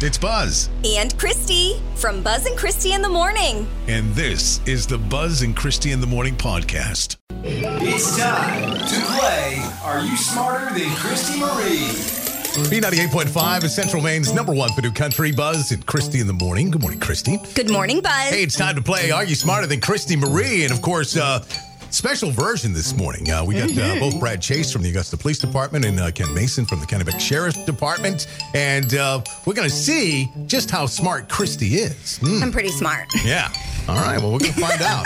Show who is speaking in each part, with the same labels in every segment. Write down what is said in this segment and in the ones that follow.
Speaker 1: It's Buzz,
Speaker 2: and Christy from Buzz and Christy in the Morning.
Speaker 1: and this is the Buzz and Christie in the Morning podcast.
Speaker 3: It's time to play Are You Smarter Than Christy Marie?
Speaker 1: B98.5 is Central Maine's number one Purdue country. Buzz and Christie in the Morning. Good morning, Christie.
Speaker 2: Good morning, Buzz.
Speaker 1: Hey, it's time to play Are You Smarter Than Christy Marie? And of course, uh, special version this morning. Uh, we got uh, both Brad Chase from the Augusta Police Department and uh, Ken Mason from the Kennebec Sheriff's Department. And uh, we're going to see just how smart Christy is. Hmm.
Speaker 2: I'm pretty smart.
Speaker 1: Yeah. All right. Well, we're going to find out.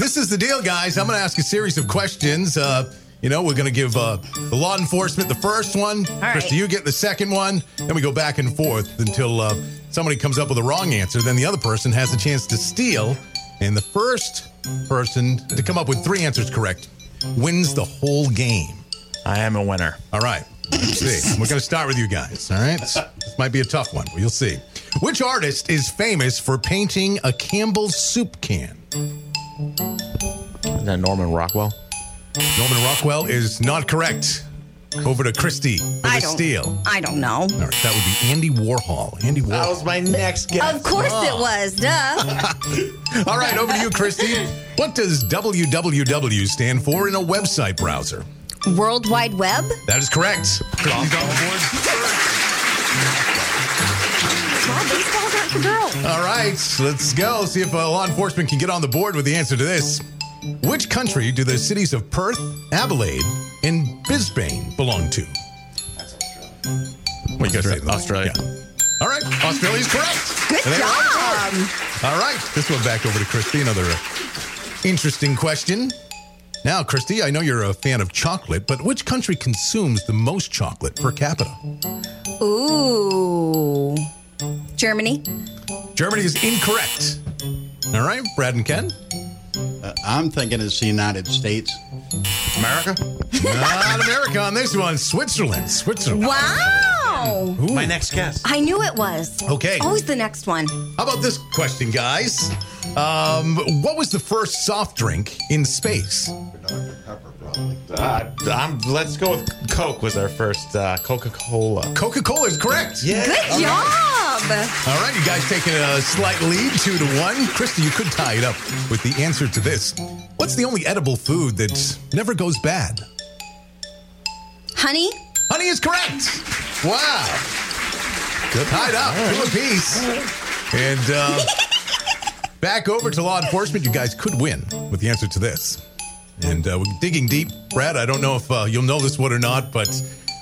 Speaker 1: this is the deal, guys. I'm going to ask a series of questions. Uh, you know, we're going to give uh, the law enforcement the first one.
Speaker 2: right.
Speaker 1: Christy, you get the second one. Then we go back and forth until uh, somebody comes up with a wrong answer. Then the other person has a chance to steal. And the first person to come up with three answers correct wins the whole game.
Speaker 4: I am a winner.
Speaker 1: All right. Let's see. We're going to start with you guys. All right. This, this might be a tough one. but You'll see. Which artist is famous for painting a Campbell's soup can?
Speaker 4: Isn't that Norman Rockwell?
Speaker 1: Norman Rockwell is not correct. Over to Christy for the
Speaker 2: I don't.
Speaker 1: steal.
Speaker 2: I don't know.
Speaker 1: All right, that would be Andy Warhol. Andy
Speaker 4: That
Speaker 1: Warhol.
Speaker 4: was my next guess.
Speaker 2: Of course
Speaker 1: Oh.
Speaker 2: it was, duh.
Speaker 1: All right, over to you, Christy. What does www stand for in a website browser?
Speaker 2: World Wide Web.
Speaker 1: That is correct. Christy's on the board.
Speaker 2: Well, baseball's not for girls.
Speaker 1: All right, let's go. See if uh, law enforcement can get on the board with the answer to this. Which country do the cities of Perth, Adelaide, and Brisbane belong to? What you guys say?
Speaker 4: Australia.
Speaker 1: Yeah. All right, Australia's correct.
Speaker 2: Good
Speaker 1: And they are
Speaker 2: job.
Speaker 1: All right, this one back over to Christy. Another uh, interesting question. Now, Christy, I know you're a fan of chocolate, but which country consumes the most chocolate per capita?
Speaker 2: Ooh. Germany.
Speaker 1: Germany is incorrect. All right, Brad and Ken.
Speaker 5: Uh, I'm thinking it's the United States.
Speaker 4: America?
Speaker 1: Not America on this one. Switzerland. Switzerland.
Speaker 2: Wow.
Speaker 1: Ooh.
Speaker 4: My next guess.
Speaker 2: I knew it was.
Speaker 1: Okay.
Speaker 2: Always the next one.
Speaker 1: How about this question, guys? Um, what was the first soft drink in space?
Speaker 4: Uh, I'm, let's go with Coke was our first uh, Coca-Cola.
Speaker 1: Coca Cola is correct.
Speaker 4: Yeah.
Speaker 2: Good
Speaker 1: Oh.
Speaker 2: job.
Speaker 1: All right, you guys taking a slight lead, two to one. Christy, you could tie it up with the answer to this. What's the only edible food that never goes bad?
Speaker 2: Honey.
Speaker 1: Honey is correct. Wow. Tied up. Two apiece. And uh, back over to law enforcement. You guys could win with the answer to this. And uh, we're digging deep. Brad, I don't know if uh, you'll know this one or not, but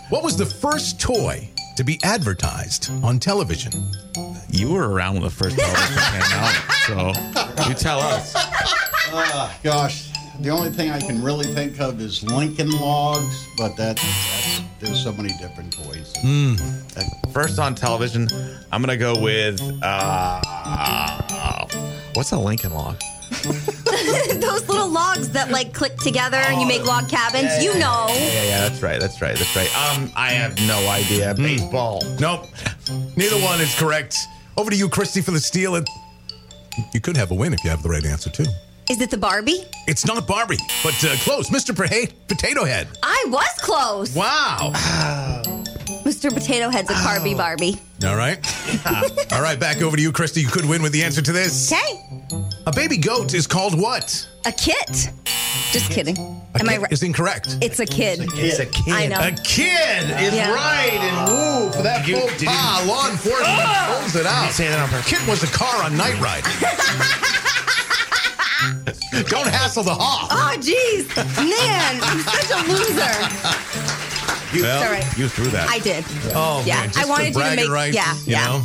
Speaker 1: what was the first toy to be advertised on television?
Speaker 4: You were around when the first Coca-Cola came out, so you tell us.
Speaker 5: Gosh, the only thing I can really think of is Lincoln Logs, but that, that's there's so many different toys.
Speaker 4: First on television, I'm gonna go with uh, what's a Lincoln log?
Speaker 2: Those little logs that like click together and you make log cabins. you know.
Speaker 4: Yeah, yeah, that's right, that's right, that's right. Um, I have no idea. Baseball.
Speaker 1: Nope. Neither one is correct. Over to you, Christy, for the steal. And you could have a win if you have the right answer, too.
Speaker 2: Is it the Barbie?
Speaker 1: It's not Barbie, but uh, close. Mr. Perha- Potato Head.
Speaker 2: I was close.
Speaker 1: Wow.
Speaker 2: Mr. Potato Head's a Carby Barbie.
Speaker 1: All right. All right, back over to you, Christy. You could win with the answer to this.
Speaker 2: Okay.
Speaker 1: A baby goat is called what?
Speaker 2: A kit. Just kidding.
Speaker 1: A
Speaker 2: Am I
Speaker 1: kid
Speaker 2: right?
Speaker 1: Is incorrect.
Speaker 2: It's a kid.
Speaker 4: It's a kid.
Speaker 2: I know.
Speaker 1: A kid is
Speaker 2: Yeah.
Speaker 1: right and woo for that
Speaker 4: You-
Speaker 1: faux
Speaker 4: did you-
Speaker 2: Ah,
Speaker 1: pas. Law enforcement Ah! holds it out.
Speaker 4: say that on purpose.
Speaker 1: Kid was a car on Night Ride. Don't hassle the hawk.
Speaker 2: Oh, jeez. Man, I'm such a loser.
Speaker 1: Well,
Speaker 2: all right.
Speaker 1: You threw that.
Speaker 2: I did.
Speaker 1: Oh,
Speaker 2: Yeah,
Speaker 1: man.
Speaker 2: I
Speaker 1: Just
Speaker 2: wanted
Speaker 1: for
Speaker 2: you to
Speaker 1: bragging
Speaker 2: make-
Speaker 1: rights,
Speaker 2: yeah,
Speaker 1: you
Speaker 2: yeah.
Speaker 1: know?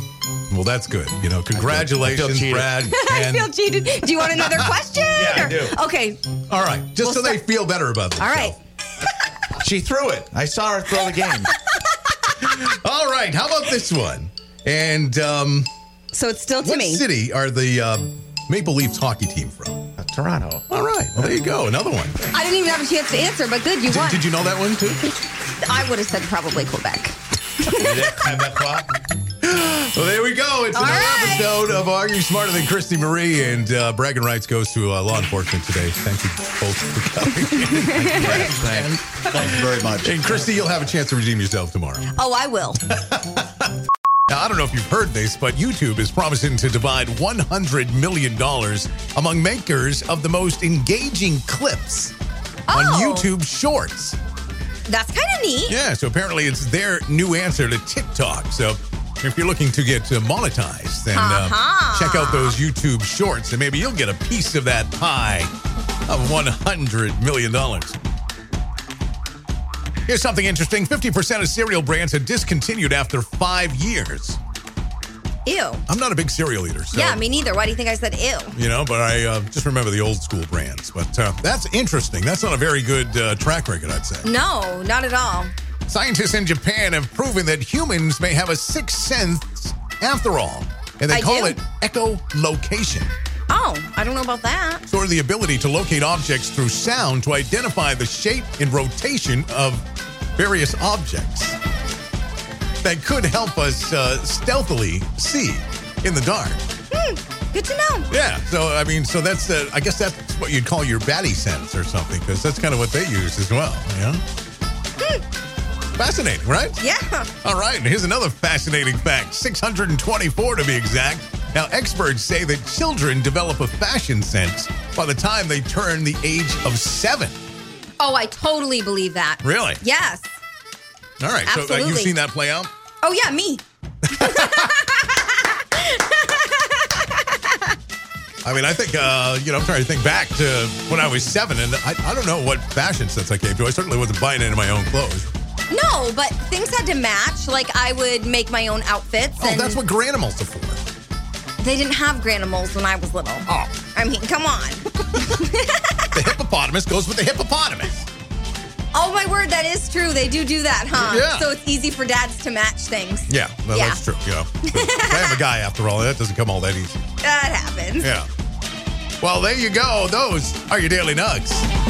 Speaker 1: Well, that's good. You know, congratulations,
Speaker 4: cheated.
Speaker 1: Brad.
Speaker 2: I
Speaker 1: and-
Speaker 2: feel cheated. Do you want another question?
Speaker 4: Yeah, I
Speaker 2: or-
Speaker 4: do.
Speaker 2: Okay.
Speaker 1: all right. Just
Speaker 2: We'll
Speaker 1: so they
Speaker 2: stop.
Speaker 1: feel better about this.
Speaker 2: All right.
Speaker 4: She threw it. I saw her throw the game.
Speaker 1: All right. How about this one? And um,
Speaker 2: So it's still to
Speaker 1: what
Speaker 2: me.
Speaker 1: city are the uh, Maple Leafs hockey team from?
Speaker 4: Uh, Toronto.
Speaker 1: All right. Well, there you go. Another one.
Speaker 2: I didn't even have a chance to answer, but good, you
Speaker 1: Did,
Speaker 2: won.
Speaker 1: did you know that one too?
Speaker 2: I would have said probably Quebec.
Speaker 1: Well, there we go. It's
Speaker 2: All
Speaker 1: another
Speaker 2: right.
Speaker 1: episode of Are You Smarter Than Christy Marie? And uh, bragging rights goes to uh, law enforcement today. Thank you both for coming.
Speaker 4: Thanks.
Speaker 5: Thank you very much.
Speaker 1: and Christy, you'll have a chance to redeem yourself tomorrow.
Speaker 2: Oh, I will.
Speaker 1: Now, I don't know if you've heard this, but YouTube is promising to divide $100 million among makers of the most engaging clips on
Speaker 2: Oh.
Speaker 1: YouTube Shorts.
Speaker 2: That's kind of neat.
Speaker 1: Yeah, so apparently it's their new answer to TikTok. So if you're looking to get uh, monetized, then uh,
Speaker 2: Uh-huh.
Speaker 1: check out those YouTube shorts and maybe you'll get a piece of that pie of $100 million. Here's something interesting 50% of cereal brands are discontinued after five years.
Speaker 2: Ew.
Speaker 1: I'm not a big cereal eater, so.
Speaker 2: Yeah, me neither. Why do you think I said ew?
Speaker 1: you know, but I uh, just remember the old school brands. But uh, that's interesting. That's not a very good uh, track record, I'd say.
Speaker 2: No, not at all.
Speaker 1: Scientists in Japan have proven that humans may have a sixth sense after all, and they
Speaker 2: I
Speaker 1: call
Speaker 2: do.
Speaker 1: it echolocation.
Speaker 2: Oh, I don't know about that.
Speaker 1: Sort of the ability to locate objects through sound to identify the shape and rotation of various objects that could help us uh, stealthily see in the dark.
Speaker 2: Hmm, good to know.
Speaker 1: Yeah, so I mean, so that's the, I guess that's what you'd call your batty sense or something, because that's kind of what they use as well, you know? Fascinating, right?
Speaker 2: Hmm, Yeah.
Speaker 1: All right, and here's another fascinating fact 624 to be exact. Now, experts say that children develop a fashion sense by the time they turn the age of seven.
Speaker 2: Oh, I totally believe that.
Speaker 1: Really?
Speaker 2: Yes.
Speaker 1: All right, so uh, you've
Speaker 2: Absolutely.
Speaker 1: seen that play out?
Speaker 2: Oh, yeah, me.
Speaker 1: I mean, I think, uh, you know, I'm trying to think back to when I was seven, and I, I don't know what fashion sense I came to. I certainly wasn't buying any of my own clothes. Oh,
Speaker 2: No, but things had to match. Like, I would make my own outfits.
Speaker 1: Oh,
Speaker 2: and
Speaker 1: that's what granimals are for.
Speaker 2: They didn't have granimals when I was little.
Speaker 1: Oh.
Speaker 2: I mean, come on.
Speaker 1: The hippopotamus goes with the hippopotamus.
Speaker 2: Oh, my word, that is true. They do do that, huh?
Speaker 1: Yeah.
Speaker 2: So it's easy for dads to match things.
Speaker 1: Yeah, well,
Speaker 2: Yeah.
Speaker 1: that's true. Yeah. I am a guy after all. That doesn't come all that easy.
Speaker 2: That happens.
Speaker 1: Yeah. Well, there you go. Those are your daily nugs.